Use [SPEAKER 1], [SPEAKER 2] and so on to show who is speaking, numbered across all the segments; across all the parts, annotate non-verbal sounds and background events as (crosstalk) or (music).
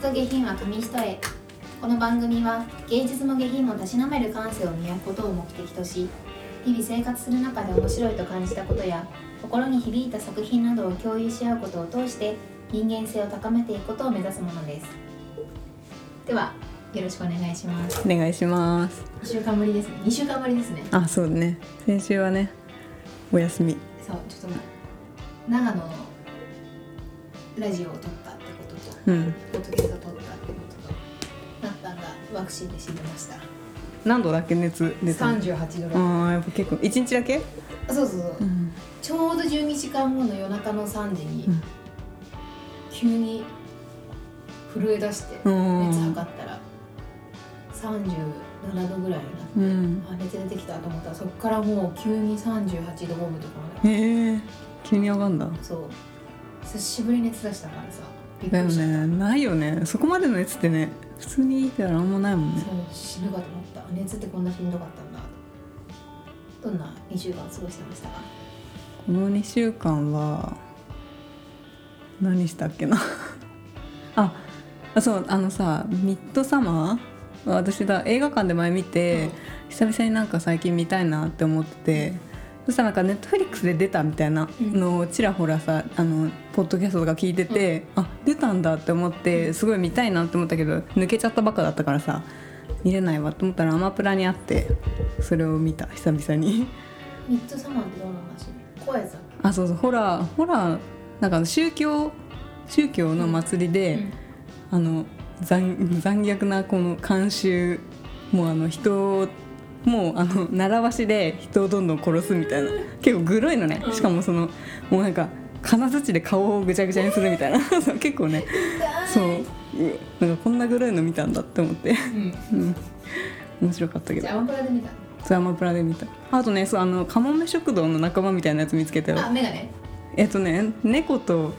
[SPEAKER 1] と下品は紙一重この番組は芸術も下品もたしなめる感性を磨くことを目的とし日々生活する中で面白いと感じたことや心に響いた作品などを共有し合うことを通して人間性を高めていくことを目指すものですではよろしくお願いします
[SPEAKER 2] お願いします
[SPEAKER 1] 1週間ぶりですね2週間ぶりですね
[SPEAKER 2] あそうね先週はねお休み
[SPEAKER 1] そうちょっと長野のラジオを撮ったってことと
[SPEAKER 2] うん
[SPEAKER 1] ポッドキャストを撮ったってこととナッパンがワクチンで死にました
[SPEAKER 2] 何度だっけ熱出たの
[SPEAKER 1] 38度ぐらい、
[SPEAKER 2] ああやっぱ結構一日だけ
[SPEAKER 1] あそうそうそう、
[SPEAKER 2] ん
[SPEAKER 1] ちょうど12時間後の夜中の3時に、
[SPEAKER 2] うん
[SPEAKER 1] 急に震え出して
[SPEAKER 2] う
[SPEAKER 1] 熱
[SPEAKER 2] ん
[SPEAKER 1] 測ったら37度ぐらいになって、
[SPEAKER 2] うん
[SPEAKER 1] あ熱出てきたと思ったらそっからもう急に38度5分とかまで
[SPEAKER 2] へえ急に上がんだ
[SPEAKER 1] そう久しぶりに熱出したからさびっく
[SPEAKER 2] だよ
[SPEAKER 1] りした、
[SPEAKER 2] ねないよねそこまでの熱ってね普通にいたらなんもないもん
[SPEAKER 1] そう
[SPEAKER 2] ね
[SPEAKER 1] 死ぬかと思った熱ってこんなしんどかったんだどんな2週間過ごしてましたか
[SPEAKER 2] この2週間は何したっけな (laughs) ああそうあのさ「ミッドサマー」私だ映画館で前見て、久々になんか最近見たいなって思ってて、そしたらなんかネットフリックスで出たみたいなのをちらほらさあのポッドキャストとか聞いてて、あ出たんだって思ってすごい見たいなって思ったけど抜けちゃったばっかだったからさ見れないわと思ったらアマプラにあってそれを見た久々に。
[SPEAKER 1] ミッドサマーってどんな話怖いやつだっ
[SPEAKER 2] あそうそうホラーホラーなんか宗教宗教の祭り
[SPEAKER 1] け、
[SPEAKER 2] で、
[SPEAKER 1] うん
[SPEAKER 2] あの残残虐なこの慣習もうあの人をもうあの習わしで人をどんどん殺すみたいな結構グロいのねしかもそのもうなんか金槌で顔をぐちゃぐちゃにするみたいな (laughs) そう結構ねそううなんかこんなグロいの見たんだって思って
[SPEAKER 1] うん
[SPEAKER 2] うん面白かったけ
[SPEAKER 1] じ
[SPEAKER 2] ど
[SPEAKER 1] ゃあアマプラで見たの
[SPEAKER 2] そうアマプラで見たあとねそうあのカモメ食堂の仲間みたいなやつ見つけたよ
[SPEAKER 1] あメガネ
[SPEAKER 2] えっとね猫と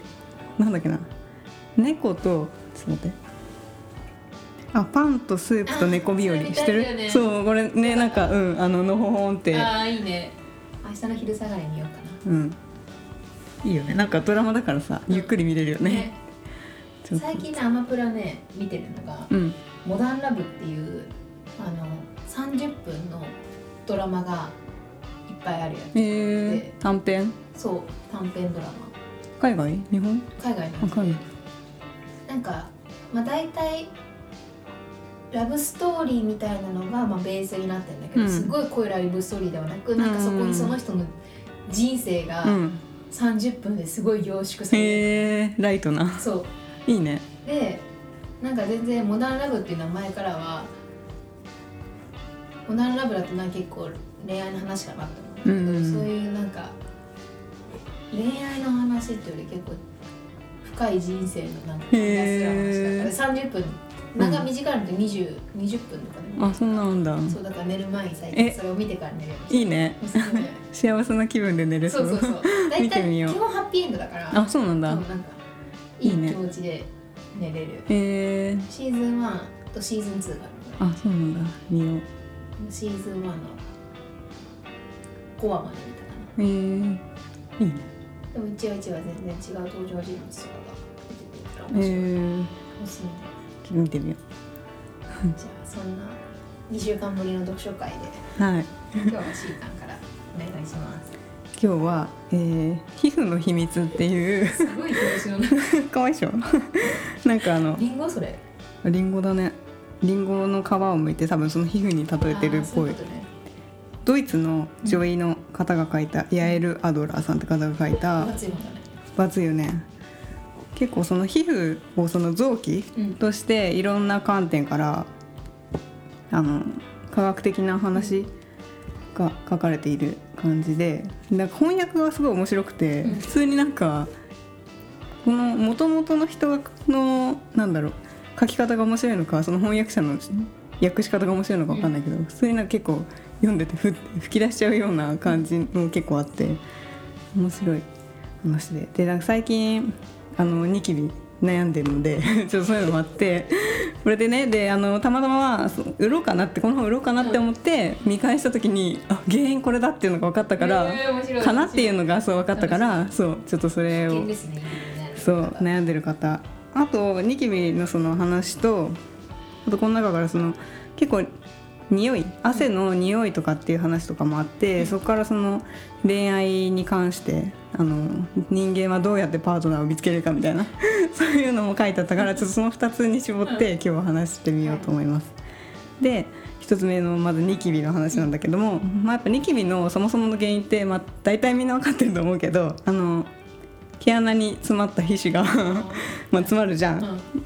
[SPEAKER 2] なんだっけな猫とちょっと待ってあパンとスープと猫日和
[SPEAKER 1] あそれ見
[SPEAKER 2] した
[SPEAKER 1] い
[SPEAKER 2] て
[SPEAKER 1] よね
[SPEAKER 2] るそうこれねなんかうんあののほほんって
[SPEAKER 1] ああいいね明日の昼下がり見ようか
[SPEAKER 2] うんいいよねなんかドラマだからさゆっくり見れるよ
[SPEAKER 1] な
[SPEAKER 2] ねちょっと
[SPEAKER 1] 最近ねアマプラね見てるのが
[SPEAKER 2] うん
[SPEAKER 1] 「モダンラブ」っていうあの30分のドラマがいっぱいあるや
[SPEAKER 2] えー、短編
[SPEAKER 1] つそう短編ドラマ
[SPEAKER 2] 海外日本
[SPEAKER 1] 海外の
[SPEAKER 2] あ
[SPEAKER 1] やつ
[SPEAKER 2] 海外
[SPEAKER 1] なんか、まあ、大体ラブストーリーみたいなのが、まあ、ベースになってるんだけど、
[SPEAKER 2] うん
[SPEAKER 1] すごい濃いラブストーリーではなくなんかそこにその人の人生が
[SPEAKER 2] うん
[SPEAKER 1] 30分ですごい凝縮されて
[SPEAKER 2] えー、ライトな
[SPEAKER 1] る、そう
[SPEAKER 2] いいね
[SPEAKER 1] でなんか全然「モダンラブ」っていう名前からはモダンラブだとなんか結構恋愛の話かなと思うんだけど、
[SPEAKER 2] うん
[SPEAKER 1] そういうなんか恋愛の話っていうより結構深い人生のなんか話する話だから30分長短いのと 20,、20分とかでも
[SPEAKER 2] あそんなんだ
[SPEAKER 1] そうだから寝る前に最近
[SPEAKER 2] え
[SPEAKER 1] それを見てから寝るように
[SPEAKER 2] いいね
[SPEAKER 1] してるおすすめ
[SPEAKER 2] 幸せな気分で寝れそ
[SPEAKER 1] そううそうそう大
[SPEAKER 2] (laughs) 見て
[SPEAKER 1] 体
[SPEAKER 2] みよう
[SPEAKER 1] 基本ハッピーエンドだから
[SPEAKER 2] あそうなん
[SPEAKER 1] そ
[SPEAKER 2] だ
[SPEAKER 1] うなんかいい
[SPEAKER 2] いいね
[SPEAKER 1] 気持ちで寝れる。
[SPEAKER 2] えー、
[SPEAKER 1] シーズン1とシーズン2があるの
[SPEAKER 2] あそうなんだ見よう
[SPEAKER 1] シーズン1の5話まで見たか
[SPEAKER 2] えー、いいね
[SPEAKER 1] なでも1話1話全然違う登場人物とかが出てくるから
[SPEAKER 2] え
[SPEAKER 1] 面白い、
[SPEAKER 2] ー、
[SPEAKER 1] おすすめで
[SPEAKER 2] ちょっと見てみよ
[SPEAKER 1] すじゃあそんな2週間ぶりの読書会で
[SPEAKER 2] うはい
[SPEAKER 1] 今日はシータンからお願いします
[SPEAKER 2] 今日は、えー皮膚の秘密」っ
[SPEAKER 1] (laughs)
[SPEAKER 2] ていう
[SPEAKER 1] (laughs) すごい表紙の中
[SPEAKER 2] かわいいっしょ (laughs) なんかあの
[SPEAKER 1] リンゴそれ
[SPEAKER 2] リンゴだねリンゴの皮を剥いて多分その皮膚に例えてるっ
[SPEAKER 1] あー
[SPEAKER 2] ぽ
[SPEAKER 1] そうい
[SPEAKER 2] いう
[SPEAKER 1] ことね
[SPEAKER 2] ドイツの女医の方が書いた、ヤエル・アドラーさんって方が書いた
[SPEAKER 1] 夏いもんだね
[SPEAKER 2] バツよね結構その皮膚をその臓器
[SPEAKER 1] うん
[SPEAKER 2] としていろんな観点からあの科学的な話が書かれている感じでなんか翻訳がすごい面白くて、
[SPEAKER 1] うん
[SPEAKER 2] 普通になんかこの元々の人のなんだろう書き方が面白いのかその翻訳者の訳し方が面白いのか分かんないけど、普通になんか結構読んでてふ吹き出しちゃうような感じも結構あって面白い話ででなんか最近あのニキビ悩んでるので (laughs) ちょっとそういうのもあってこれでねであのたまたまそ売ろうかなってこの本売ろうかなって思って見返した時にあ原因これだっていうのが分かったから、
[SPEAKER 1] えー面白い
[SPEAKER 2] かなっていうのがそう分かったからそうちょっとそれ
[SPEAKER 1] 危
[SPEAKER 2] を
[SPEAKER 1] 険ですね
[SPEAKER 2] そう悩んでる方あとニキビのその話とあとこの中からその結構匂い汗の匂いとかっていう話とかもあって、
[SPEAKER 1] うん
[SPEAKER 2] そこからその恋愛に関してあの人間はどうやってパートナーを見つけるかみたいな (laughs) そういうのも書いてあったからちょっとその2つに絞って今日は話してみようと思います。で1つ目のまずニキビの話なんだけども、まあ、やっぱニキビのそもそもの原因って、まあ、大体みんな分かってると思うけどあの毛穴に詰まった皮脂が (laughs) まあ詰まるじゃ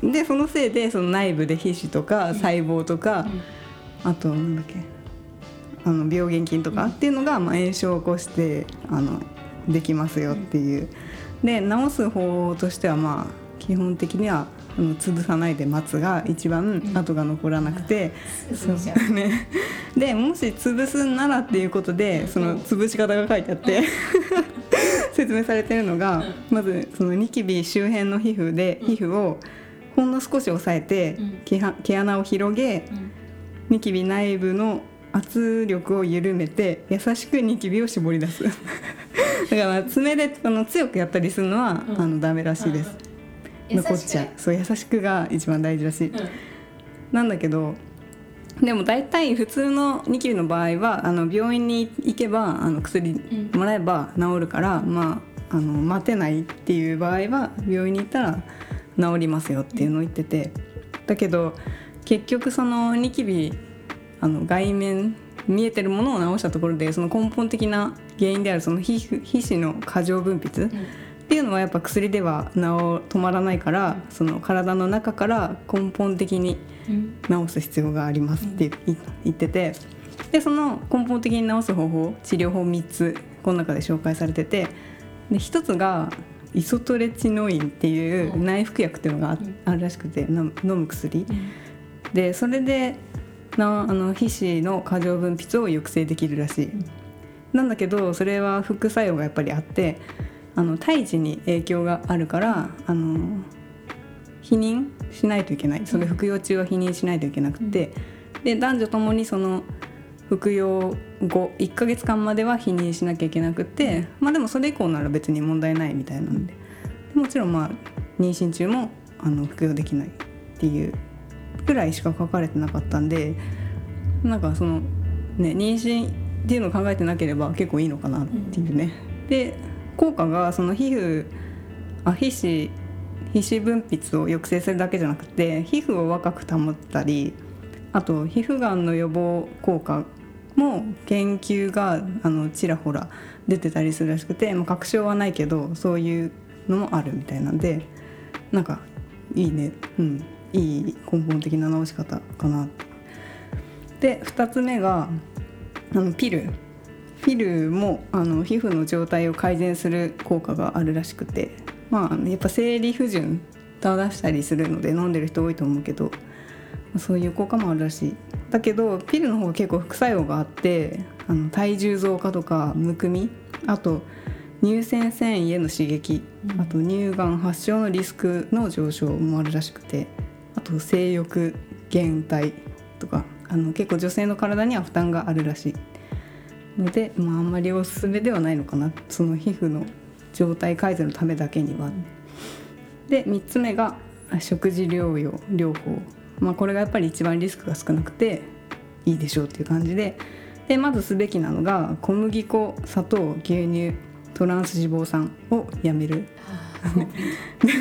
[SPEAKER 2] ん。でそのせいでその内部で皮脂とか細胞とか、あとなんだっけあの病原菌とかっていうのが、まあ、炎症を起こしてあのできますよっていう。で治す方法としてはまあ基本的にはあの潰さないで待つが一番
[SPEAKER 1] うん
[SPEAKER 2] 跡が残らなくて、
[SPEAKER 1] すぐじゃん
[SPEAKER 2] そうねでもし潰すんならっていうことでその潰し方が書いてあって、 (laughs) 説明されてるのが、
[SPEAKER 1] うん
[SPEAKER 2] まずそのニキビ周辺の皮膚で、
[SPEAKER 1] うん
[SPEAKER 2] 皮膚をほんの少し押さえて、
[SPEAKER 1] うん
[SPEAKER 2] 毛は毛穴を広
[SPEAKER 1] う
[SPEAKER 2] げ
[SPEAKER 1] ん
[SPEAKER 2] ニキビ内部の圧力を緩めて優しくニキビを絞り出す (laughs) だから爪であの強くやったりするのは、
[SPEAKER 1] うん
[SPEAKER 2] あのダメらしいです、
[SPEAKER 1] うん
[SPEAKER 2] 残っちゃう
[SPEAKER 1] 優し
[SPEAKER 2] そう優しくが一番大事らしい、
[SPEAKER 1] くね
[SPEAKER 2] なんだけどでも大体普通のニキビの場合はあの病院に行けばあの薬
[SPEAKER 1] うん
[SPEAKER 2] もらえば治るから、まあ、あの待てないっていう場合は病院に行ったら治りますよっていうのを言っててだけど結局そのニキビあの外面見えてるものを治したところでその根本的な原因であるその皮膚皮脂の過剰分泌、
[SPEAKER 1] うん
[SPEAKER 2] っていうのはやっぱ薬では治止まらないからその体の中から根本的に
[SPEAKER 1] うん
[SPEAKER 2] 治す必要がありますって言言っててでその根本的に治す方法治療法3つこの中で紹介されててで1つがイソトレチノインっていう
[SPEAKER 1] うん
[SPEAKER 2] 内服薬っていうのがあ
[SPEAKER 1] うん
[SPEAKER 2] あるらしくて飲む飲む薬
[SPEAKER 1] うん
[SPEAKER 2] でそれでなあの皮脂の過剰分泌を抑制できるらしい
[SPEAKER 1] ん
[SPEAKER 2] なんだけどそれは副作用がやっぱりあってあの胎児に影響があるからあの避妊しないといけないそれ
[SPEAKER 1] うん
[SPEAKER 2] 服用中は避妊しないといけなくて、で男女ともにその服用後1ヶ月間までは避妊しなきゃいけなくてまあでもそれ以降なら別に問題ないみたいなんでもちろんまあ妊娠中もあの服用できないっていうくらいしか書かれてなかったんでなんかそのね妊娠っていうのを考えてなければ結構いいのかなっていうね。で効果がその皮膚あ皮脂皮脂分泌を抑制するだけじゃなくて皮膚を若く保ったりあと皮膚がんの予防効果も研究があのちらほら出てたりするらしくて、まあ、確証はないけどそういうのもあるみたいなんでなんかいいねうんいい根本的な直し方かなで2つ目があのピルピルもあの皮膚の状態を改善する効果があるらしくてまあやっぱ生理不順出したりするので飲んでる人多いと思うけどそういう効果もあるらしいだけどピルの方は結構副作用があってあの体重増加とかむくみあと乳腺繊維への刺激
[SPEAKER 1] うん
[SPEAKER 2] あと乳がん発症のリスクの上昇もあるらしくてあと性欲減退とかあの結構女性の体には負担があるらしいので、まあ、あんまりおすすめではないのかなその皮膚の状態改善のためだけには。で3つ目があ食事療養療法、まあ、これがやっぱり一番リスクが少なくていいでしょうっていう感じででまずすべきなのが小麦粉砂糖牛乳トランス脂肪酸をやめる (laughs)
[SPEAKER 1] あー
[SPEAKER 2] ね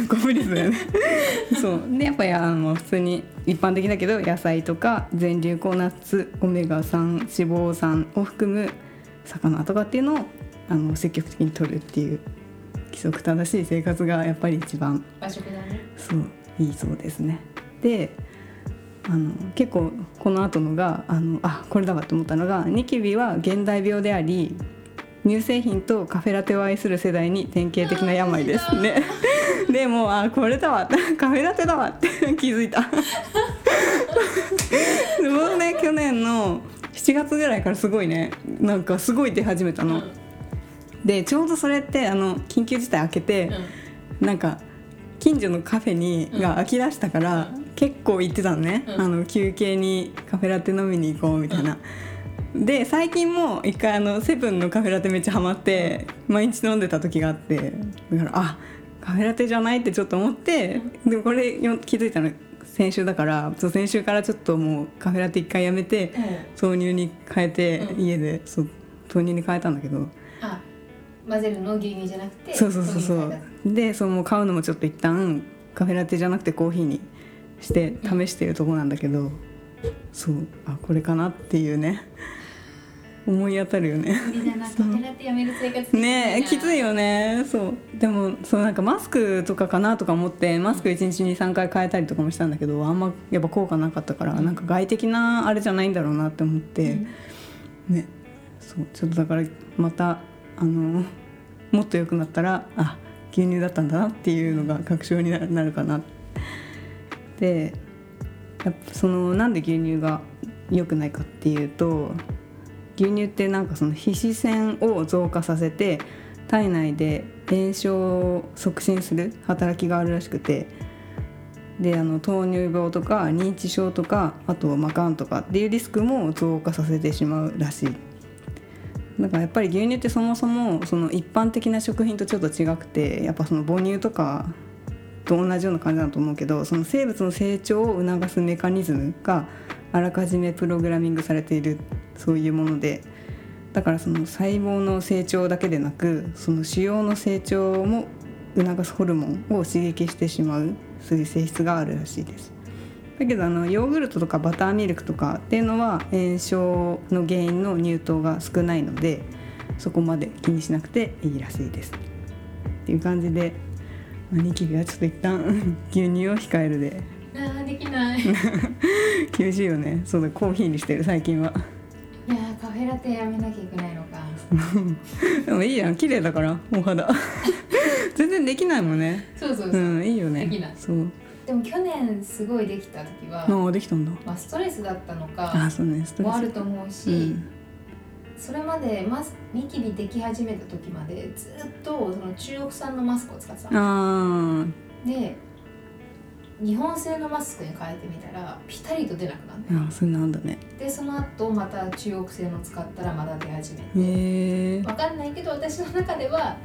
[SPEAKER 2] ご無理だよね (laughs) そうでやっぱりあの普通に一般的だけど野菜とか全粒粉ナッツオメガ3脂肪酸を含む魚とかっていうのをあの積極的に摂るっていう規則正しい生活がやっぱり一番
[SPEAKER 1] 和食だね
[SPEAKER 2] そういいそうですね。であの結構この後のがあのあこれだわと思ったのがニキビは現代病であり乳製品とカフェラテを愛する世代に典型的な病ですね。でもあこれだわ (laughs) カフェラテだわって気づいた。 (laughs) でもね去年の7月ぐらいからすごいねなんかすごい出始めた
[SPEAKER 1] うん
[SPEAKER 2] の。でちょうどそれってあの緊急事態明けて、
[SPEAKER 1] う
[SPEAKER 2] なんか近所のカフェに、
[SPEAKER 1] うん
[SPEAKER 2] が空き出したから、結構行ってたのね、
[SPEAKER 1] うん
[SPEAKER 2] あの休憩にカフェラテ飲みに行こうみたいな。で最近も一回あのセブンのカフェラテめっちゃハマって毎日飲んでた時があってだからあカカフェラテじゃないってちょっと思ってでもこれよ気づいたの先週だからそう先週からちょっともうカフェラテ一回やめて
[SPEAKER 1] うん
[SPEAKER 2] 豆乳に変えて、
[SPEAKER 1] うん
[SPEAKER 2] 家でそう豆乳に変えたんだけど
[SPEAKER 1] あ混ぜるの牛乳じゃなくて
[SPEAKER 2] そうそうそうそ
[SPEAKER 1] 豆乳
[SPEAKER 2] う
[SPEAKER 1] に
[SPEAKER 2] でそのもう買うのもちょっと一旦カフェラテじゃなくてコーヒーにして試してるとこなんだけど、そうあこれかなっていうね思い当たるよね
[SPEAKER 1] 変えた無理だなカ
[SPEAKER 2] そう
[SPEAKER 1] フェラテやめる生活
[SPEAKER 2] ねえきつい
[SPEAKER 1] よ
[SPEAKER 2] よねそうでもそうなんかマスクとかかなとか思ってマスク1日に3回変えたりとかもしたんだけどあんまやっぱ効果なかったから、
[SPEAKER 1] うん
[SPEAKER 2] なんか外的なあれじゃないんだろうなって思って、ねそうちょっとだからまたあのもっと良くなったらあ牛乳だったんだなっていうのが確証にななるかなでやっぱそのなんで牛乳が良くないかっていうと牛乳ってなんかその皮脂腺を増加させて体内で炎症を促進する働きがあるらしくてであの糖尿病とか認知症とかあとまあがんとかっていうリスクも増加させてしまうらしい。だからやっぱり牛乳ってそもそもその一般的な食品とちょっと違くてやっぱその母乳とかと同じような感じだと思うけどその生物の成長を促すメカニズムがあらかじめプログラミングされているそういうものでだからその細胞の成長だけでなくその腫瘍の成長も促すホルモンを刺激してしまうそういう性質があるらしいです。だけどあのヨーグルトとかバターミルクとかっていうのは炎症の原因の乳糖が少ないのでそこまで気にしなくていいらしいです。っていう感じで、まあ、ニキビはちょっと一旦 (laughs) 牛乳を控えるで
[SPEAKER 1] あーできないいや
[SPEAKER 2] 厳しいよねそうだコーヒーにしてる最近は (laughs)
[SPEAKER 1] ーカフェラテやめなきゃいけないのか
[SPEAKER 2] でもいいじゃん綺麗だからお肌 (laughs) 全然できないもんね
[SPEAKER 1] そうそうそう、
[SPEAKER 2] うんいいよね
[SPEAKER 1] できない
[SPEAKER 2] そう
[SPEAKER 1] でも去年すごいできた時は、
[SPEAKER 2] ああできたんだ
[SPEAKER 1] まあ、ストレスだったの
[SPEAKER 2] あ
[SPEAKER 1] か
[SPEAKER 2] そうねストレ
[SPEAKER 1] も
[SPEAKER 2] ス
[SPEAKER 1] あると思うし、
[SPEAKER 2] うん
[SPEAKER 1] それまでマスニキビでき始めた時までずっとその中国産のマスクを使ってたの
[SPEAKER 2] あー
[SPEAKER 1] で日本製のマスクに変えてみたらピタリと出なくなっ
[SPEAKER 2] あーそういうのあんだね
[SPEAKER 1] てでその後また中国製の使ったらまた出始めて
[SPEAKER 2] へえ
[SPEAKER 1] わかんないけど私の中では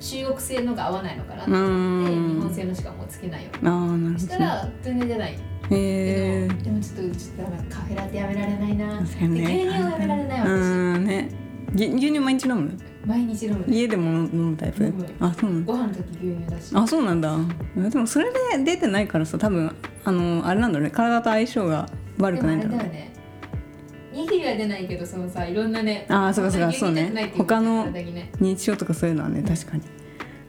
[SPEAKER 1] 中国製のが合わないのかなって
[SPEAKER 2] う
[SPEAKER 1] 思って
[SPEAKER 2] ん
[SPEAKER 1] 日本製のしかもうつけないよう
[SPEAKER 2] ああなる
[SPEAKER 1] に
[SPEAKER 2] ほ
[SPEAKER 1] し
[SPEAKER 2] ど
[SPEAKER 1] た
[SPEAKER 2] ね
[SPEAKER 1] ら全然出ない
[SPEAKER 2] へ
[SPEAKER 1] け
[SPEAKER 2] え
[SPEAKER 1] どでもちょっとちょっとダメカフェラテやめられないな
[SPEAKER 2] 確かにね
[SPEAKER 1] で牛乳はやめられない私
[SPEAKER 2] うんねぎ牛乳毎日飲む
[SPEAKER 1] 毎日飲む
[SPEAKER 2] 家でも飲むタイプ
[SPEAKER 1] 飲む
[SPEAKER 2] あそうなの
[SPEAKER 1] ご飯の時牛乳だし
[SPEAKER 2] あそうなんだでもそれで出てないからさ多分あのあれなんだろうね体と相性が悪くないんだ
[SPEAKER 1] で
[SPEAKER 2] ろ
[SPEAKER 1] も
[SPEAKER 2] う
[SPEAKER 1] あれ
[SPEAKER 2] ね
[SPEAKER 1] だよねニキビは出ないけどそのさいろんなね
[SPEAKER 2] あーそうかそうか
[SPEAKER 1] 牛乳
[SPEAKER 2] そうね
[SPEAKER 1] 出てないっていうこと
[SPEAKER 2] 他の
[SPEAKER 1] 体にね
[SPEAKER 2] 認知症とかそういうのはね確かに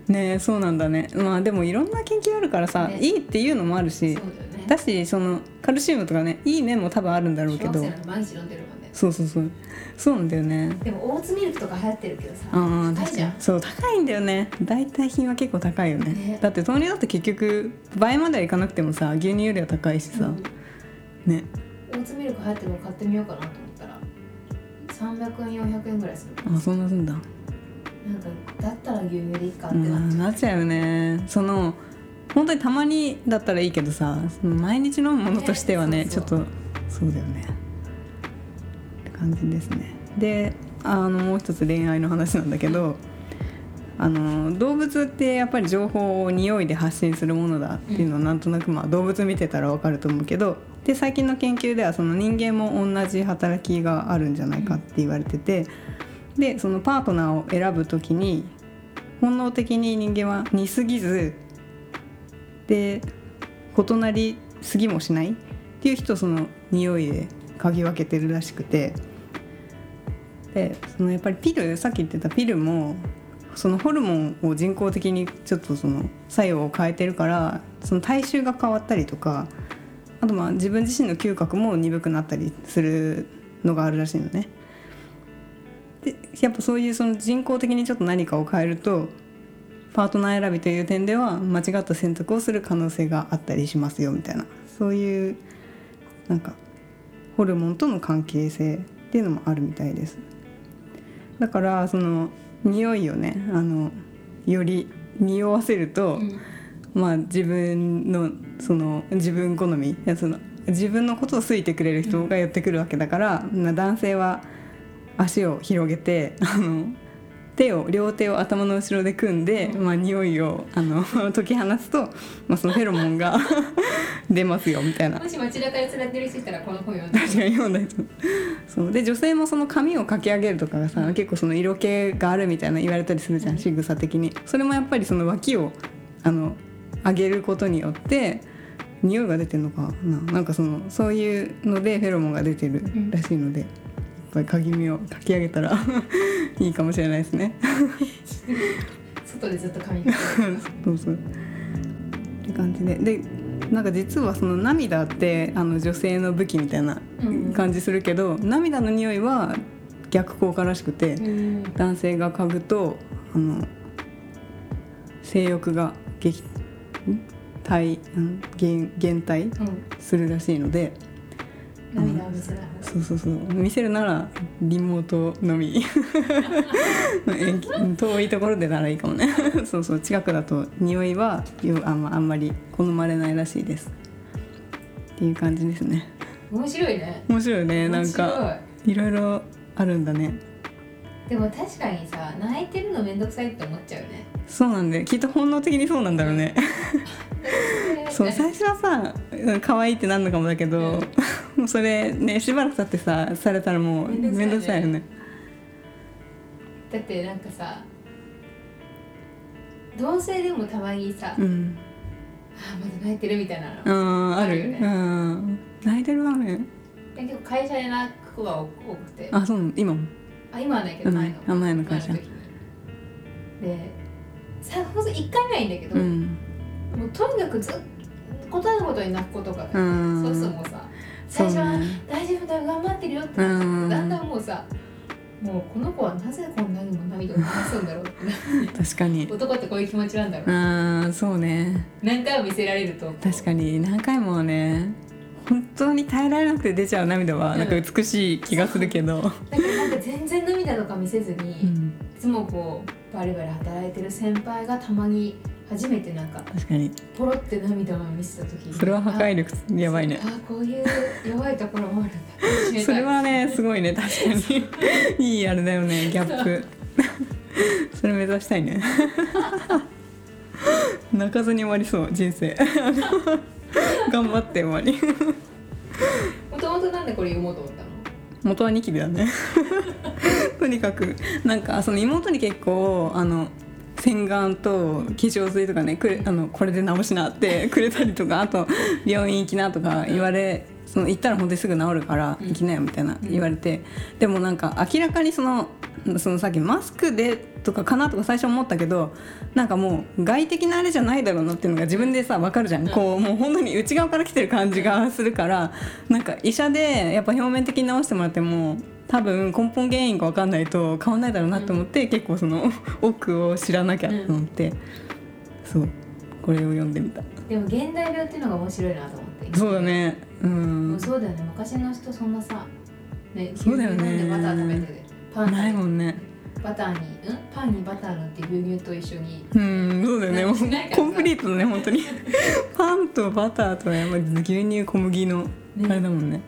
[SPEAKER 2] ねそうなんだねまあでもいろんな研究あるからさ、
[SPEAKER 1] ね
[SPEAKER 2] いいっていうのもある
[SPEAKER 1] そう
[SPEAKER 2] し
[SPEAKER 1] だよね
[SPEAKER 2] だしそのカルシウムとかねいい面も多分あるんだろうけ
[SPEAKER 1] 小学
[SPEAKER 2] ど
[SPEAKER 1] 生なんて毎日飲んでるもんね
[SPEAKER 2] そうそうそうそうなんだよね
[SPEAKER 1] でもオーツミルクとか流行ってるけどさ
[SPEAKER 2] あ
[SPEAKER 1] 高
[SPEAKER 2] あ
[SPEAKER 1] い
[SPEAKER 2] 確
[SPEAKER 1] じ
[SPEAKER 2] か
[SPEAKER 1] ゃん
[SPEAKER 2] にそう高いんだよね代替品は結構高いよね
[SPEAKER 1] ね
[SPEAKER 2] だって豆乳だって結局倍まではいかなくてもさ牛乳よりは高いしさ、
[SPEAKER 1] うん
[SPEAKER 2] ね
[SPEAKER 1] オーツミルク流行ってるの買ってみようかなと思ったら300円400円ぐらいする
[SPEAKER 2] あそんなすんだ
[SPEAKER 1] なんかだったら牛乳でいいかっ
[SPEAKER 2] う
[SPEAKER 1] てなっ
[SPEAKER 2] ん
[SPEAKER 1] ちゃう
[SPEAKER 2] なっちゃうよねその本当にたまにだったらいいけどさその毎日飲むものとしては
[SPEAKER 1] ね
[SPEAKER 2] ねち
[SPEAKER 1] そ
[SPEAKER 2] ょ
[SPEAKER 1] う
[SPEAKER 2] っ
[SPEAKER 1] そ
[SPEAKER 2] とそうだよねって感じですねであのもう一つ恋愛の話なんだけどあの動物ってやっぱり情報を匂いで発信するものだっていうのはなんとなくまあ動物見てたらわかると思うけどで最近の研究ではその人間も同じ働きがあるんじゃないかって言われててでそのパートナーを選ぶときに本能的に人間は似すぎずで異なりすぎもしないっていう人をその匂いで嗅ぎ分けてるらしくてでそのやっぱりピルさっき言ってたピルもそのホルモンを人工的にちょっとその作用を変えてるからその体臭が変わったりとかあとまあ自分自身の嗅覚も鈍くなったりするのがあるらしいのね。でやっぱそういうその人工的にちょっと何かを変えるとパートナー選びという点では間違った選択をする可能性があったりしますよみたいなそういうなんかホルモンとの関係性っていうのもあるみたいですだからその匂いをねあのより匂わせると、
[SPEAKER 1] うん
[SPEAKER 2] まあ自分のその自分好みいやその自分のことを好いてくれる人が寄ってくるわけだから、まあ男性は足を広げてあの手を両手を頭の後ろで組んで、まあ、匂いをあの解き放つと、まあ、そのフェロモンが (laughs) 出ますよみたいな
[SPEAKER 1] もし街中で連れてる人いたらこの本読んで
[SPEAKER 2] (laughs) 確かに読んだ人そうで女性もその髪をかき上げるとかがさ結構その色気があるみたいな言われたりするじゃん仕草的にそれもやっぱりその脇をあの上げることによって匂いが出てるのかななんかそのそういうのでフェロモンが出てるらしいので、やっぱり鍵身をかき上げたら (laughs) いいかもしれないですね
[SPEAKER 1] 外でずっと髪が
[SPEAKER 2] そうそうって感じででなんか実はその涙ってあの女性の武器みたいな
[SPEAKER 1] うん
[SPEAKER 2] 感じするけど、涙の匂いは逆効果らしくて、 (laughs)
[SPEAKER 1] うん
[SPEAKER 2] 男性が嗅ぐとあの性欲が激ん体ん減減退
[SPEAKER 1] うん
[SPEAKER 2] するらしいので
[SPEAKER 1] 涙を見せながら
[SPEAKER 2] そうそうそう見せるならリモートのみ遠近遠いところでならいいかもねそうそう近くだと匂いはよあんまあんまり好まれないらしいですっていう感じですね
[SPEAKER 1] 面白いね
[SPEAKER 2] 面白いねな
[SPEAKER 1] 面
[SPEAKER 2] ん
[SPEAKER 1] 白い
[SPEAKER 2] かいろいろあるんだね
[SPEAKER 1] でも確かにさ泣いてるのめんどくさいって思っちゃうね
[SPEAKER 2] そうなんできっと本能的にそうなんだろうねそう最初はさうん可愛いってなんのかもだけ
[SPEAKER 1] うん
[SPEAKER 2] どもうそれねしばらく経ってさされたらもう
[SPEAKER 1] め
[SPEAKER 2] め
[SPEAKER 1] ん
[SPEAKER 2] ん
[SPEAKER 1] ど
[SPEAKER 2] ど
[SPEAKER 1] く
[SPEAKER 2] く
[SPEAKER 1] さ
[SPEAKER 2] さ
[SPEAKER 1] い
[SPEAKER 2] い
[SPEAKER 1] よ
[SPEAKER 2] よね
[SPEAKER 1] だってなんかさ同性でもたまにさ、あ
[SPEAKER 2] うん
[SPEAKER 1] あまだ泣いてるみたいなの、
[SPEAKER 2] あーあ
[SPEAKER 1] ある
[SPEAKER 2] る
[SPEAKER 1] よね
[SPEAKER 2] うん泣いてる場面
[SPEAKER 1] で結構会社で泣く子が多くてあ
[SPEAKER 2] あそうなの今も
[SPEAKER 1] 今はないけ
[SPEAKER 2] う
[SPEAKER 1] ど
[SPEAKER 2] ん
[SPEAKER 1] 前の、
[SPEAKER 2] あ前の会社
[SPEAKER 1] 前時にでさほんと1回目はいいんだけど、
[SPEAKER 2] うん
[SPEAKER 1] もうとにかくずっと答えることに泣く子とか、
[SPEAKER 2] うん
[SPEAKER 1] そうするともうさ最初は、
[SPEAKER 2] そうね
[SPEAKER 1] 「大丈夫だよ頑張ってるよ」って
[SPEAKER 2] う
[SPEAKER 1] だ
[SPEAKER 2] ん
[SPEAKER 1] んだんもうさもうこの子はなぜこんなにも涙を流すん
[SPEAKER 2] (laughs)
[SPEAKER 1] だろうって
[SPEAKER 2] 確
[SPEAKER 1] (laughs)
[SPEAKER 2] かに
[SPEAKER 1] 男ってこういう気持ちなんだろう
[SPEAKER 2] うんそうね
[SPEAKER 1] 何回も見せられると
[SPEAKER 2] 確かに何回もね本当に耐えられなくて出ちゃう涙はなんか美しい気がするけど、
[SPEAKER 1] だからなんか全然涙とか見せずに、
[SPEAKER 2] う
[SPEAKER 1] い
[SPEAKER 2] ん、
[SPEAKER 1] つもこうバリバリ働いてる先輩がたまに初めてなんか
[SPEAKER 2] 確かに
[SPEAKER 1] ポロって涙を見せた時に
[SPEAKER 2] それは破壊力やばいね
[SPEAKER 1] あこういうやばいところもあるんだ知りたい
[SPEAKER 2] それはねすごいね確
[SPEAKER 1] (laughs)
[SPEAKER 2] かにいいあれだよねギャップそれ目指したい
[SPEAKER 1] (laughs)
[SPEAKER 2] ね泣かずに終わりそう
[SPEAKER 1] (laughs)
[SPEAKER 2] 人生頑張って終わり
[SPEAKER 1] もともとなんでこれ読もうと思ったの
[SPEAKER 2] 元はニキビだ
[SPEAKER 1] (laughs)
[SPEAKER 2] ねとにかくなんかその妹に結構あの洗顔と化粧水とかねくれあのこれで治し
[SPEAKER 1] (laughs)
[SPEAKER 2] なってくれたりとかあと病院行きなとか言われその行ったら本当にすぐ治るから
[SPEAKER 1] うん
[SPEAKER 2] 行きなよみたいな
[SPEAKER 1] うん
[SPEAKER 2] 言われてでもなんか明らかにそのそのさっきマスクでとかかなとか最初思ったけどなんかもう外的なあれじゃないだろうなっていうのが自分でさ分かるじゃん、こうもう本当に内側から来てる感じがするからなんか医者でやっぱ表面的に直してもらっても多分根本原因が分かんないと変わんないだろうなと思って、結構その奥を知らなきゃと思って、そうこれを読んでみた
[SPEAKER 1] でも現代病っていうのが面白いなと思って
[SPEAKER 2] そうだねう
[SPEAKER 1] もうんそうだよね昔の人そんなさね
[SPEAKER 2] そうだよね
[SPEAKER 1] 牛乳飲んでバター食べてパン
[SPEAKER 2] ないもんね
[SPEAKER 1] バターにんパンにバター塗って牛乳と一緒に
[SPEAKER 2] うんそうだよねもう
[SPEAKER 1] しないからさ
[SPEAKER 2] コンプリートだね本当 (laughs) にパンとバターとやっぱり牛乳小麦のあれだもんね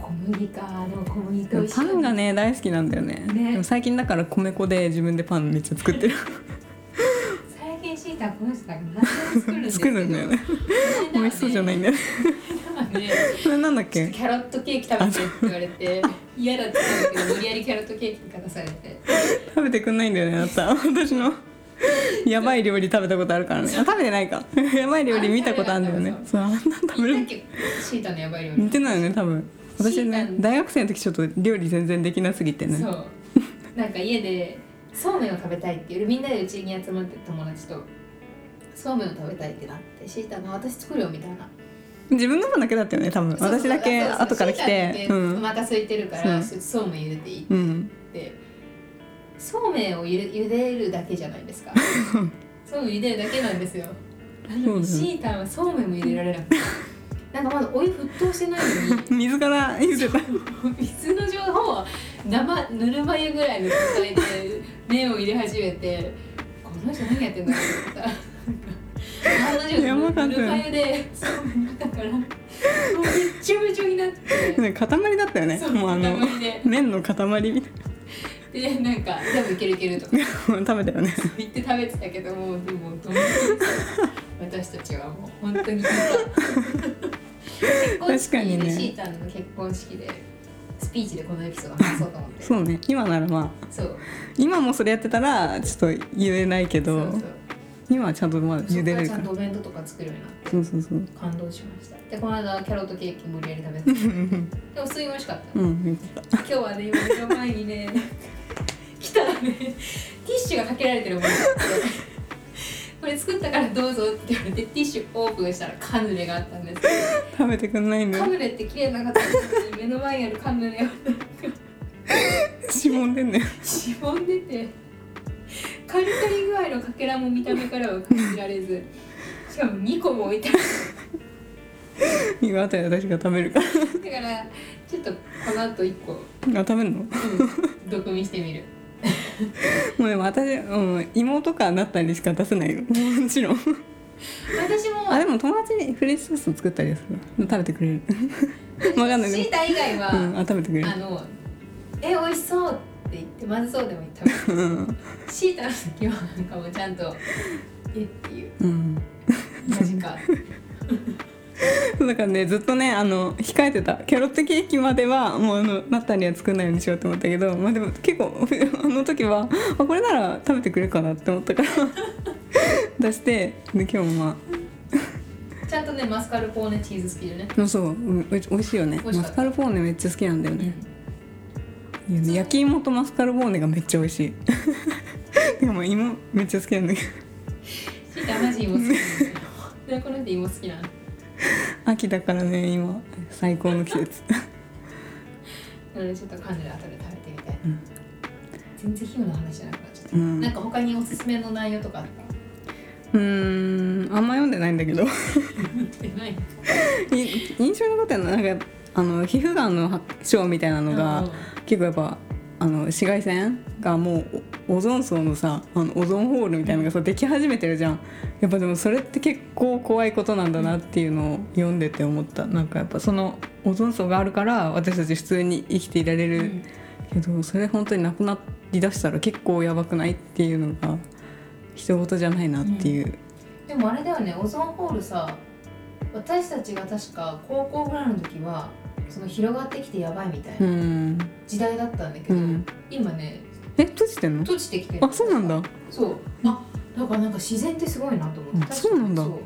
[SPEAKER 1] 小麦かでも小麦
[SPEAKER 2] で
[SPEAKER 1] と
[SPEAKER 2] も
[SPEAKER 1] 一
[SPEAKER 2] パ
[SPEAKER 1] 緒
[SPEAKER 2] ンがね大好きなんだよね
[SPEAKER 1] ね
[SPEAKER 2] でも最近だから米粉で自分でパンめっちゃ作って (laughs) る
[SPEAKER 1] 最近シータこの人だから何でも作るんです
[SPEAKER 2] 作るんだよね美味しそうじゃないんだよね
[SPEAKER 1] なんかね
[SPEAKER 2] そ (laughs) れなんだっ
[SPEAKER 1] キ
[SPEAKER 2] け
[SPEAKER 1] ャロットケーキ食べてって言われて嫌だって言ったんだけど無理やりキャロットケーキに勝たされて
[SPEAKER 2] 食べてくんないんだよねあなた私 (laughs) のやばい料理食べたことあるからねあ食べてないか (laughs) やばい料理見たことあるんだよねそうあんな食べ
[SPEAKER 1] さっ
[SPEAKER 2] る
[SPEAKER 1] きシータのやばい料理
[SPEAKER 2] 似てないよね多分私
[SPEAKER 1] シータ
[SPEAKER 2] ね
[SPEAKER 1] ン
[SPEAKER 2] 大学生の時ちょっと料理全然できなすぎてね
[SPEAKER 1] そうなんか家でそうめんを食べたいっていうみんなでうちに集まって友達とそうめんを食べたいってなってシータが私作るよみたいな
[SPEAKER 2] 自分の分だけだったよね多分私だけ
[SPEAKER 1] そうそうそう
[SPEAKER 2] 後から来
[SPEAKER 1] シ
[SPEAKER 2] て
[SPEAKER 1] ー
[SPEAKER 2] う
[SPEAKER 1] タにねお
[SPEAKER 2] ん
[SPEAKER 1] 腹空いてるからそうめん茹でていいって
[SPEAKER 2] うん
[SPEAKER 1] ってそうめんをゆで茹でるだけじゃないです
[SPEAKER 2] (laughs)
[SPEAKER 1] かそうめん茹でるだけなんですよなのに
[SPEAKER 2] そう
[SPEAKER 1] シ
[SPEAKER 2] だ
[SPEAKER 1] ータンはそうめんも茹でられなくてなんかまだお湯沸騰してないのに
[SPEAKER 2] 水から茹でた (laughs)
[SPEAKER 1] 水の情報は生ぬるま湯ぐらいの状態で麺を入れ始めてこの人何やってんだろうって
[SPEAKER 2] やば
[SPEAKER 1] 思
[SPEAKER 2] か
[SPEAKER 1] っ
[SPEAKER 2] ったた
[SPEAKER 1] ぬるま湯でそうめんだからもうめっちゃめちゃになって
[SPEAKER 2] ね塊だったよね
[SPEAKER 1] そう
[SPEAKER 2] もうあの
[SPEAKER 1] 塊で
[SPEAKER 2] 麺の塊みたい
[SPEAKER 1] いやなんか全部いけるいけるとか
[SPEAKER 2] 食べたよね
[SPEAKER 1] 言って食べてたけどもうでもどんどん私たちはもう本当になんか結婚
[SPEAKER 2] 確か
[SPEAKER 1] 式
[SPEAKER 2] に
[SPEAKER 1] で
[SPEAKER 2] ね
[SPEAKER 1] しーたんの結婚式でスピーチでこのエピソード話そうと思って
[SPEAKER 2] そうね今ならまあ
[SPEAKER 1] そう
[SPEAKER 2] 今もそれやってたらちょっと言えないけ
[SPEAKER 1] そ
[SPEAKER 2] ど
[SPEAKER 1] うそう
[SPEAKER 2] 今はちゃんとまあ
[SPEAKER 1] そ
[SPEAKER 2] 茹
[SPEAKER 1] っ
[SPEAKER 2] で
[SPEAKER 1] から
[SPEAKER 2] れる
[SPEAKER 1] ちゃ
[SPEAKER 2] か
[SPEAKER 1] んと
[SPEAKER 2] ら
[SPEAKER 1] お弁当とか作るようになって
[SPEAKER 2] そうそうそう
[SPEAKER 1] 感動しましたでこの間キャロットケーキ無理やり食べてた
[SPEAKER 2] うん
[SPEAKER 1] でも普通に美味しかった
[SPEAKER 2] うんよかっ
[SPEAKER 1] 今日はね今目の前にね来たらねティッシュがかけられてるものがあってこれ作ったからどうぞって言われてティッシュオープンしたらカヌレがあったんですけ
[SPEAKER 2] た食べてくんないん
[SPEAKER 1] ど
[SPEAKER 2] だ
[SPEAKER 1] カヌ
[SPEAKER 2] よ
[SPEAKER 1] レって綺麗な形なのに目の前にあるカヌレを
[SPEAKER 2] 指紋でんだよ
[SPEAKER 1] しぼんでてカリカリ具合のかけらも見た目からは感じられずしかも2個も置いてある
[SPEAKER 2] 今あたり私が食べるから
[SPEAKER 1] だからちょっとこの後1個、
[SPEAKER 2] あ食べるの
[SPEAKER 1] うん、毒味してみる
[SPEAKER 2] もうでも私、うん、妹かなったりしか出せないよもちろん
[SPEAKER 1] 私も
[SPEAKER 2] あでも友達にフレンチトースト作ったりはする食べてくれるわかんない
[SPEAKER 1] シータ以外は、
[SPEAKER 2] うんあ食べてくれる
[SPEAKER 1] あの「え美味しそう」って言ってまずそうでも言った
[SPEAKER 2] うん (laughs)
[SPEAKER 1] シータの時はなんかもうちゃんと「えっ?」ていう
[SPEAKER 2] うん
[SPEAKER 1] マジか
[SPEAKER 2] だからねずっとねあの控えてたキャロットケーキまではもうあのナッタには作らないようにしようと思ったけどまあでも結構 (laughs) あの時はあこれなら食べてくれるかなって思ったから (laughs) 出してで今日もま
[SPEAKER 1] ちゃんとねマスカルポーネチーズ好きでね、
[SPEAKER 2] あもうそううんおい美味しいよね
[SPEAKER 1] 美
[SPEAKER 2] マ
[SPEAKER 1] 味しかった
[SPEAKER 2] スカルポーネめっちゃ好きなんだよ
[SPEAKER 1] う
[SPEAKER 2] ね、
[SPEAKER 1] ん、
[SPEAKER 2] いいよね焼き芋とマスカルポーネがめっちゃ美味しい (laughs) でも芋めっちゃ好きなんだけど (laughs)
[SPEAKER 1] シータマジ芋好きなんだよでこの人芋好きなの
[SPEAKER 2] 秋だからね今最高の季節
[SPEAKER 1] なのでちょっとカヌレ後で食べてみて、
[SPEAKER 2] うん
[SPEAKER 1] 全然ヒムの話じゃなくなっちゃった、
[SPEAKER 2] うん
[SPEAKER 1] なんか他におすすめの内容とかあった
[SPEAKER 2] うーんあんま読んでないんだけど (laughs)
[SPEAKER 1] ってない
[SPEAKER 2] い印象に残ってるのはなんかあの皮膚がんの症みたいなのが、結構やっぱあの紫外線がもうおオゾン層のさあのオゾンホールみたいなのがさでき始めてるじゃんやっぱでもそれって結構怖いことなんだなっていうのを読んでて思ったなんかやっぱそのオゾン層があるから私たち普通に生きていられ
[SPEAKER 1] う
[SPEAKER 2] る
[SPEAKER 1] ん
[SPEAKER 2] けどそれ本当になくなりだしたら結構やばくないっていうのが人事じゃないなっていう、
[SPEAKER 1] でもあれだよねオゾンホールさ私たちが確か高校ぐらいの時はその広がってきてやばいみたいうなん時代だったんだけ
[SPEAKER 2] う
[SPEAKER 1] ど、
[SPEAKER 2] ん、
[SPEAKER 1] 今ね
[SPEAKER 2] え閉じてんの
[SPEAKER 1] 閉じてきてる
[SPEAKER 2] あそうなんだ
[SPEAKER 1] そうあだからなんか自然ってすごいなと思って
[SPEAKER 2] うん
[SPEAKER 1] 確かに
[SPEAKER 2] そうなんだ
[SPEAKER 1] そ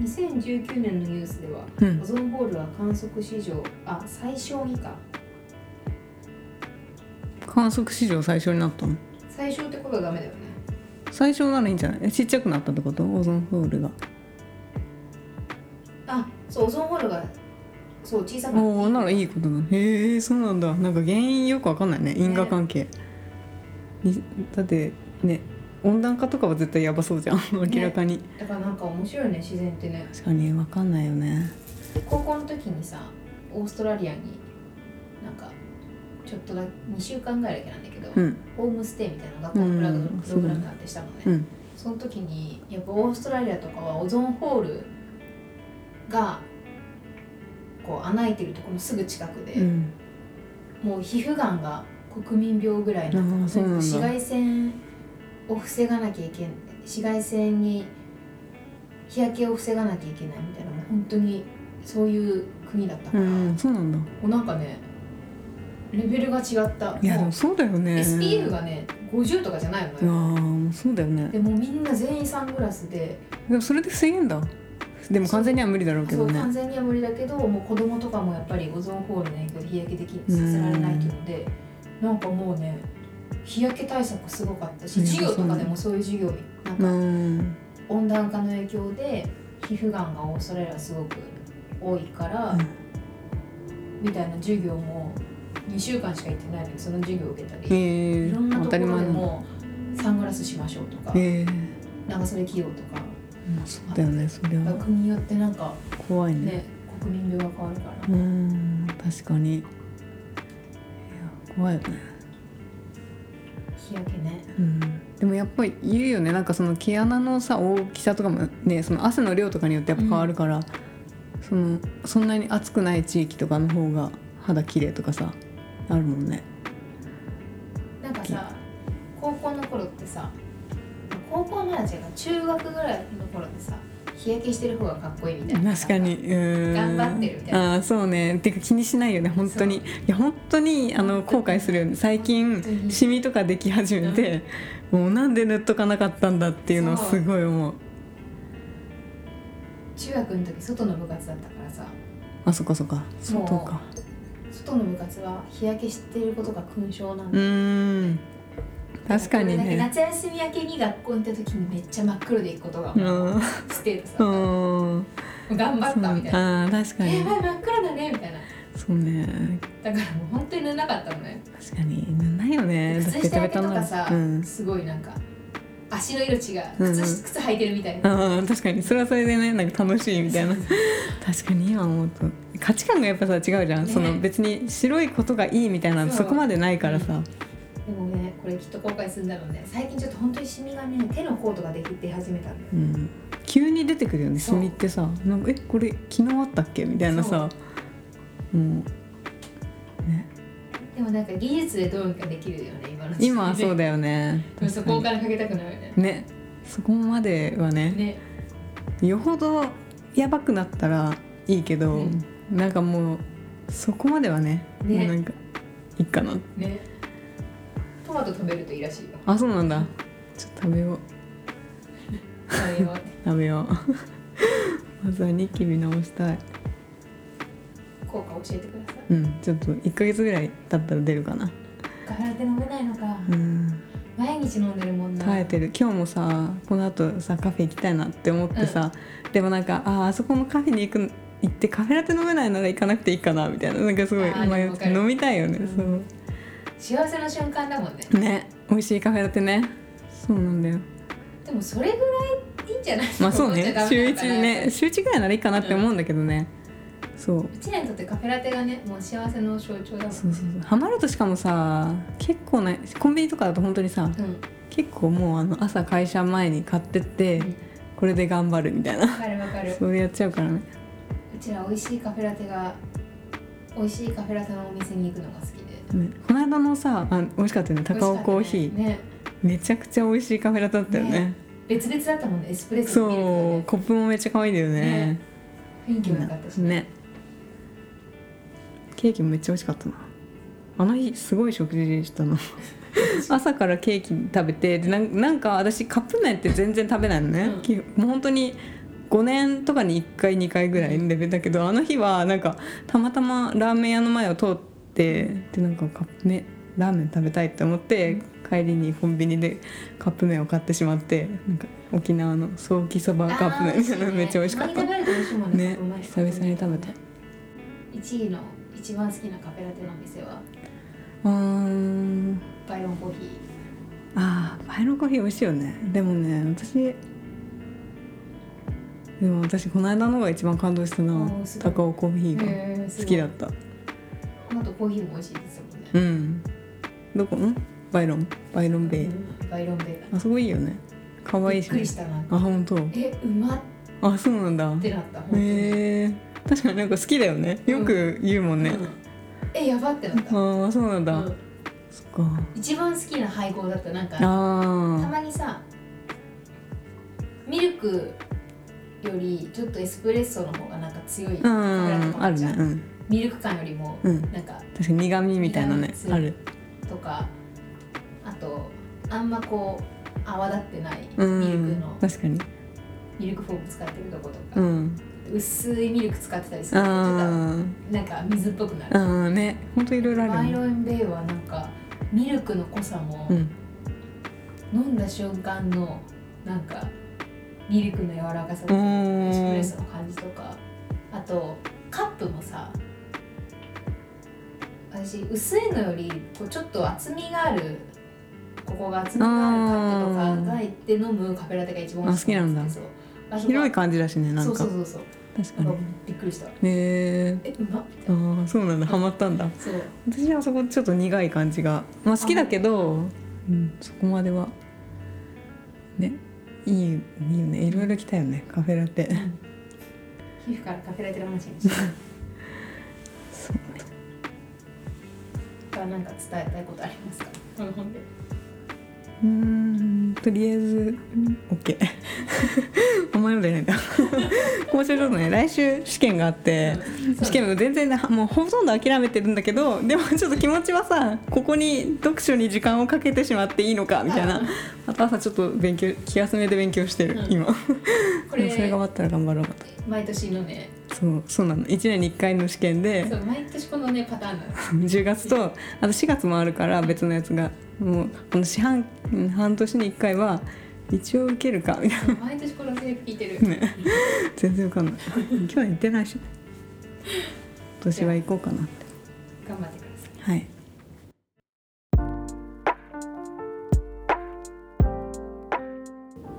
[SPEAKER 1] う2019年のニュースでは
[SPEAKER 2] うん
[SPEAKER 1] オゾンホールは観測史上あ最小以下
[SPEAKER 2] 観測史上最小になったの
[SPEAKER 1] 最小ってことはダメだよね
[SPEAKER 2] 最小ならいいんじゃないえちっちゃくなったってことオゾンホールが
[SPEAKER 1] あそうオゾンホールがそう小さく
[SPEAKER 2] おお
[SPEAKER 1] な
[SPEAKER 2] な
[SPEAKER 1] って
[SPEAKER 2] らいいことだねへえそうなんだなんか原因よくわかんないね因果関係、にだってね温暖化とかは絶対やばそうじゃん明らかに、
[SPEAKER 1] だからなんか面白いね自然ってね
[SPEAKER 2] 確かにわかんないよね
[SPEAKER 1] 高校の時にさオーストラリアになんかちょっとだ2週間ぐらいだけなんだけど、
[SPEAKER 2] うん
[SPEAKER 1] ホームステイみたいなの学校のプラグ
[SPEAKER 2] うん
[SPEAKER 1] プログラムがあってしたのね、
[SPEAKER 2] うん
[SPEAKER 1] その時にやっぱオーストラリアとかはオゾンホールがこう穴開いてるところのすぐ近くで、
[SPEAKER 2] うん
[SPEAKER 1] もう皮膚がんが国民病ぐらいにな
[SPEAKER 2] あー
[SPEAKER 1] って
[SPEAKER 2] そう
[SPEAKER 1] た
[SPEAKER 2] なんだ
[SPEAKER 1] 紫外線を防がなきゃいけない紫外線に日焼けを防がなきゃいけないみたいなもう本当にそういう国だったか
[SPEAKER 2] う
[SPEAKER 1] ら、
[SPEAKER 2] んそうなんだ
[SPEAKER 1] もうなんかねレベルが違った
[SPEAKER 2] いやで
[SPEAKER 1] もう
[SPEAKER 2] もそうだよね
[SPEAKER 1] SPF がね50とかじゃないの
[SPEAKER 2] いや
[SPEAKER 1] よ、
[SPEAKER 2] ーそうだよね
[SPEAKER 1] でもうみんな全員サングラスで、
[SPEAKER 2] でもそれで防げんだでも完全には無理だろうけ
[SPEAKER 1] そ
[SPEAKER 2] ど
[SPEAKER 1] う
[SPEAKER 2] ね
[SPEAKER 1] 完全には無理だけどもう子供とかもやっぱりオゾンホールの影響で日焼けできさせられないというので、なんかもうね日焼け対策すごかったし
[SPEAKER 2] うん
[SPEAKER 1] 授業とかでもそういう授業になん
[SPEAKER 2] う
[SPEAKER 1] か
[SPEAKER 2] ん
[SPEAKER 1] 温暖化の影響で皮膚がんがオーストラリアはすごく多いから、
[SPEAKER 2] うん
[SPEAKER 1] みたいな授業も2週間しか行ってないのにその授業を受けたり、
[SPEAKER 2] え
[SPEAKER 1] いろんなと
[SPEAKER 2] ー、当
[SPEAKER 1] こ
[SPEAKER 2] た
[SPEAKER 1] ろ
[SPEAKER 2] り
[SPEAKER 1] で
[SPEAKER 2] 前なんだ
[SPEAKER 1] もサングラスしましょうとか
[SPEAKER 2] えー
[SPEAKER 1] 長袖着ようとか
[SPEAKER 2] まあ、そうだよねそれは
[SPEAKER 1] 国によってなんか
[SPEAKER 2] 怖いね
[SPEAKER 1] ね国民病が変わるから
[SPEAKER 2] うーん確かにいや怖いよね、
[SPEAKER 1] 日焼けね
[SPEAKER 2] うん、でもやっぱり言うよねなんかその毛穴のさ大きさとかもねその汗の量とかによってやっぱ変わるから、そのそんなに暑くない地域とかの方が肌綺麗とかさあるもんねき
[SPEAKER 1] さ高校の頃ってさ高校なら違うか中学ぐらいの頃ってさ日焼けしてる方がかっこいいみたいな
[SPEAKER 2] 確かにうー
[SPEAKER 1] 頑
[SPEAKER 2] ん
[SPEAKER 1] 張ってるみたいな
[SPEAKER 2] あーそうねてか気にしないよね本当にいや本当にあの後悔するよね最近
[SPEAKER 1] 当に
[SPEAKER 2] シミとかでき始めて、もうなんで塗っとかなかったんだっていうのをすごい思う
[SPEAKER 1] 中学の時外の部活だったからさ
[SPEAKER 2] あそっかそっかそうか
[SPEAKER 1] 外の部活は日焼けしてることが勲章なん
[SPEAKER 2] う
[SPEAKER 1] だ、
[SPEAKER 2] ーん確かに
[SPEAKER 1] だけ
[SPEAKER 2] ね
[SPEAKER 1] 夏休み明けに学校行った時にめっちゃ真っ黒で行くことが
[SPEAKER 2] うんうん
[SPEAKER 1] ステータスだった、
[SPEAKER 2] そう
[SPEAKER 1] 頑張ったみたいな
[SPEAKER 2] あー
[SPEAKER 1] 「
[SPEAKER 2] 確か
[SPEAKER 1] や
[SPEAKER 2] に
[SPEAKER 1] ばい真っ黒だね」みたいな
[SPEAKER 2] そうね
[SPEAKER 1] だからもう本当に塗らなかったのね
[SPEAKER 2] 確かに塗んないよね
[SPEAKER 1] 靴下焼けとかさ、
[SPEAKER 2] うん
[SPEAKER 1] すごいなんか足の色違う
[SPEAKER 2] うん
[SPEAKER 1] 靴,、靴履いてるみたいな、
[SPEAKER 2] あー確かにそれはそれでねなんか楽しいみたいな確かに今思うと価値観がやっぱさ違うじゃん、
[SPEAKER 1] ね
[SPEAKER 2] その別に白いことがいいみたい
[SPEAKER 1] そ
[SPEAKER 2] な
[SPEAKER 1] う
[SPEAKER 2] そこまでないからさ
[SPEAKER 1] でもねこれきっと後悔するんだろうね最近ちょっと本当にシミがね手の甲とかできて始めたんだよ
[SPEAKER 2] うん急に出てくるよねシ
[SPEAKER 1] そう
[SPEAKER 2] ミってさなんかえこれ昨日あったっけみたいなさもうね
[SPEAKER 1] でもなんか技術でどうにかできるよね今の時代
[SPEAKER 2] 今はそうだよね
[SPEAKER 1] (laughs) でもそこお
[SPEAKER 2] 確か
[SPEAKER 1] 金かけたくないよね
[SPEAKER 2] にねそこまではね
[SPEAKER 1] ね
[SPEAKER 2] よほどやばくなったらいいけど、
[SPEAKER 1] うん
[SPEAKER 2] なんかもうそこまではね
[SPEAKER 1] ね
[SPEAKER 2] もうなんかいいかな
[SPEAKER 1] ねトマト食べるといいらしいよ (laughs)
[SPEAKER 2] あそうなんだちょっと食べよう
[SPEAKER 1] 食べよう
[SPEAKER 2] 食べよう (laughs) まずはニキビ直したい
[SPEAKER 1] 効果教えてくださ
[SPEAKER 2] うんちょっと1ヶ月ぐらい経ったら出るかない
[SPEAKER 1] ガラで飲めないのか
[SPEAKER 2] うん
[SPEAKER 1] 毎日飲んでるもんな
[SPEAKER 2] 耐えてる今日もさこの後さカフェ行きたいなって思ってさ、でもなんかあーあそこのカフェに行く行ってカフェラテ飲めないなら行かなくていいかなみたいななんかすごい
[SPEAKER 1] あー
[SPEAKER 2] 迷
[SPEAKER 1] でも
[SPEAKER 2] っ
[SPEAKER 1] わ
[SPEAKER 2] て
[SPEAKER 1] かる
[SPEAKER 2] 飲みたいよね、
[SPEAKER 1] うん幸せの瞬間だもんね
[SPEAKER 2] そうね美味しいカフェラテねそうなんだよ
[SPEAKER 1] でもそれぐらいいいんじゃない
[SPEAKER 2] まあそう
[SPEAKER 1] 思っ
[SPEAKER 2] ね
[SPEAKER 1] ちゃダメ
[SPEAKER 2] 週
[SPEAKER 1] なのかな
[SPEAKER 2] 1ね週1ぐらいならいいかなって思うんだけどね、そう
[SPEAKER 1] うちらにとってカフェラテがねもう幸せの象徴だもん
[SPEAKER 2] そうそうそうハマるとしかもさ結構ねコンビニとかだと本当にさ
[SPEAKER 1] うん
[SPEAKER 2] 結構もうあの朝会社前に買ってって、
[SPEAKER 1] うん
[SPEAKER 2] これで頑張るみたいな
[SPEAKER 1] わかるわかる
[SPEAKER 2] それやっちゃうからね
[SPEAKER 1] うちら美味しいカフェラテが美味しいカフェラテのお店に行くのが好きで
[SPEAKER 2] ねこの間のさあ美味しかったよね高尾コー
[SPEAKER 1] 美味し
[SPEAKER 2] ヒー、
[SPEAKER 1] かったねね
[SPEAKER 2] めちゃくちゃ美味しいカフェラテだったよね
[SPEAKER 1] ね別々だったもんねエスプレッソ
[SPEAKER 2] そ
[SPEAKER 1] とミルク
[SPEAKER 2] うコップもめっちゃ可愛いんだよね
[SPEAKER 1] とね雰囲気も良かったし、
[SPEAKER 2] ねケーキもめっちゃ美味しかったなあの日すごい食事したの朝からケーキ食べてでなんなんか私カップ麺って全然食べないのね、
[SPEAKER 1] うん
[SPEAKER 2] 基本もう本当に5年とかに1回2回ぐらいのレベルだけどあの日はなんかたまたまラーメン屋の前を通ってでなんかカップ麺ラーメン食べたいって思って帰りにコンビニでカップ麺を買ってしまってなんか沖縄のソーキそば
[SPEAKER 1] あー
[SPEAKER 2] カップ麺みたいなのめっちゃ美味しかった
[SPEAKER 1] たまに食べると美味しいもんね
[SPEAKER 2] ね
[SPEAKER 1] カップ麺
[SPEAKER 2] 久々に食べた
[SPEAKER 1] 1位の一番好きなカフェラテのお店は
[SPEAKER 2] うーん
[SPEAKER 1] バイロンコーヒー
[SPEAKER 2] あーバイロンコーヒー美味しいよねでもね私でも私この間のが一番感動したな
[SPEAKER 1] おーすごい
[SPEAKER 2] 高尾コーヒーが
[SPEAKER 1] へーす
[SPEAKER 2] 好
[SPEAKER 1] ごい
[SPEAKER 2] きだった
[SPEAKER 1] あとコーヒーも美味しいですもんね
[SPEAKER 2] うんどこんバイロンバイロンベイ
[SPEAKER 1] うんバイロンベイ
[SPEAKER 2] あそこいいよね可愛
[SPEAKER 1] び
[SPEAKER 2] い
[SPEAKER 1] っ
[SPEAKER 2] し
[SPEAKER 1] く
[SPEAKER 2] ね
[SPEAKER 1] りしたな
[SPEAKER 2] あ本当
[SPEAKER 1] えうまっ
[SPEAKER 2] あそうなんだ
[SPEAKER 1] てなった本当に
[SPEAKER 2] へえ確かになんか好きだよねよく言うもんね、
[SPEAKER 1] うんえやばってなった、
[SPEAKER 2] ああそうなんだ、
[SPEAKER 1] うん
[SPEAKER 2] そっか
[SPEAKER 1] 一番好きな配合だったなんかた
[SPEAKER 2] あ
[SPEAKER 1] まにさミルクよりちょっとエスプレッソの方がなんか強い
[SPEAKER 2] あう
[SPEAKER 1] カフェラテと
[SPEAKER 2] ん
[SPEAKER 1] か
[SPEAKER 2] ある
[SPEAKER 1] じゃ
[SPEAKER 2] ね
[SPEAKER 1] ん
[SPEAKER 2] うん
[SPEAKER 1] ミルク感よりも
[SPEAKER 2] うん
[SPEAKER 1] なんか
[SPEAKER 2] 確かに苦味みたいなね
[SPEAKER 1] 苦味
[SPEAKER 2] ある
[SPEAKER 1] とかあとあんまこう泡立ってないミルク
[SPEAKER 2] うん
[SPEAKER 1] の
[SPEAKER 2] 確かに
[SPEAKER 1] ミルクフォーム使ってるとこと
[SPEAKER 2] う
[SPEAKER 1] か
[SPEAKER 2] ん
[SPEAKER 1] 薄いミルク使ってたりするとちょっ
[SPEAKER 2] あ
[SPEAKER 1] となんか水っぽくな
[SPEAKER 2] ー
[SPEAKER 1] る
[SPEAKER 2] あーね本当いろいろあ
[SPEAKER 1] マ
[SPEAKER 2] る
[SPEAKER 1] イ
[SPEAKER 2] よね
[SPEAKER 1] ロンベイはなんかミルクの濃さも
[SPEAKER 2] うん
[SPEAKER 1] 飲んだ瞬間のなんかミルクの柔らかさとか
[SPEAKER 2] う
[SPEAKER 1] エスプレッ
[SPEAKER 2] ーん
[SPEAKER 1] ソの感じとかあとカップもさ私薄いのよりこうちょっと厚みがあるここが厚みがあるカップとかが入って飲むカフェラテが一番美味しい
[SPEAKER 2] あ好きなんだ
[SPEAKER 1] そうあと
[SPEAKER 2] 広い感じだしねなん
[SPEAKER 1] そうそ
[SPEAKER 2] か
[SPEAKER 1] うそうそう
[SPEAKER 2] 確か
[SPEAKER 1] なん
[SPEAKER 2] に
[SPEAKER 1] かびっくりした
[SPEAKER 2] へえ
[SPEAKER 1] えうまっ
[SPEAKER 2] あーそうなんだハマったんだ
[SPEAKER 1] そう
[SPEAKER 2] 私はそこちょっと苦い感じがまあ好きだけどうんそこまではねいいいいよねいろいろ来たよねカフェラテ
[SPEAKER 1] 皮膚からカフェラテの話にした
[SPEAKER 2] そう
[SPEAKER 1] 他なんか伝えたいことありますか
[SPEAKER 3] 飲んで
[SPEAKER 2] うーんとりあえず
[SPEAKER 1] (laughs)
[SPEAKER 2] OK お前のじゃない (laughs) んだ今週ちょっとね来週試験があって試験も全然なもうほとんど諦めてるんだけどでもちょっと気持ちはさここに読書に時間をかけてしまっていいのかみたいなまた朝ちょっと勉強気休めで勉強してる、
[SPEAKER 3] うん
[SPEAKER 2] 今
[SPEAKER 3] こ
[SPEAKER 2] でも
[SPEAKER 3] れ
[SPEAKER 2] それが終わったら頑張ろうかと
[SPEAKER 3] 毎年のね
[SPEAKER 2] そうそうなの1年に1回の試験で
[SPEAKER 3] そう毎年このねパターンなんです
[SPEAKER 2] 10月とあと4月もあるから別のやつがもうこの四半うん半年に1回は一応受けるかみたい
[SPEAKER 3] よ毎年このセリフ聞いてる、
[SPEAKER 2] なね全然わかんない去年行ってないし今年は行こうかなって
[SPEAKER 3] 頑張ってください
[SPEAKER 2] はい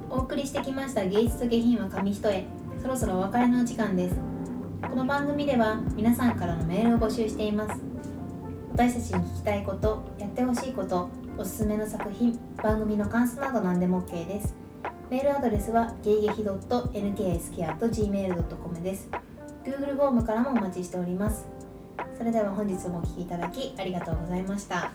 [SPEAKER 1] お送りしてきました芸術と下品は紙一重そろそろお別れのお時間ですこの番組では皆さんからのメールを募集しています私たちに聞きたいことやってほしいことおすすめの作品番組の感想など何でも OK ですメールアドレスは芸劇 .nksk.gmail.com です Google フォームからもお待ちしておりますそれでは本日もお聴きいただきありがとうございました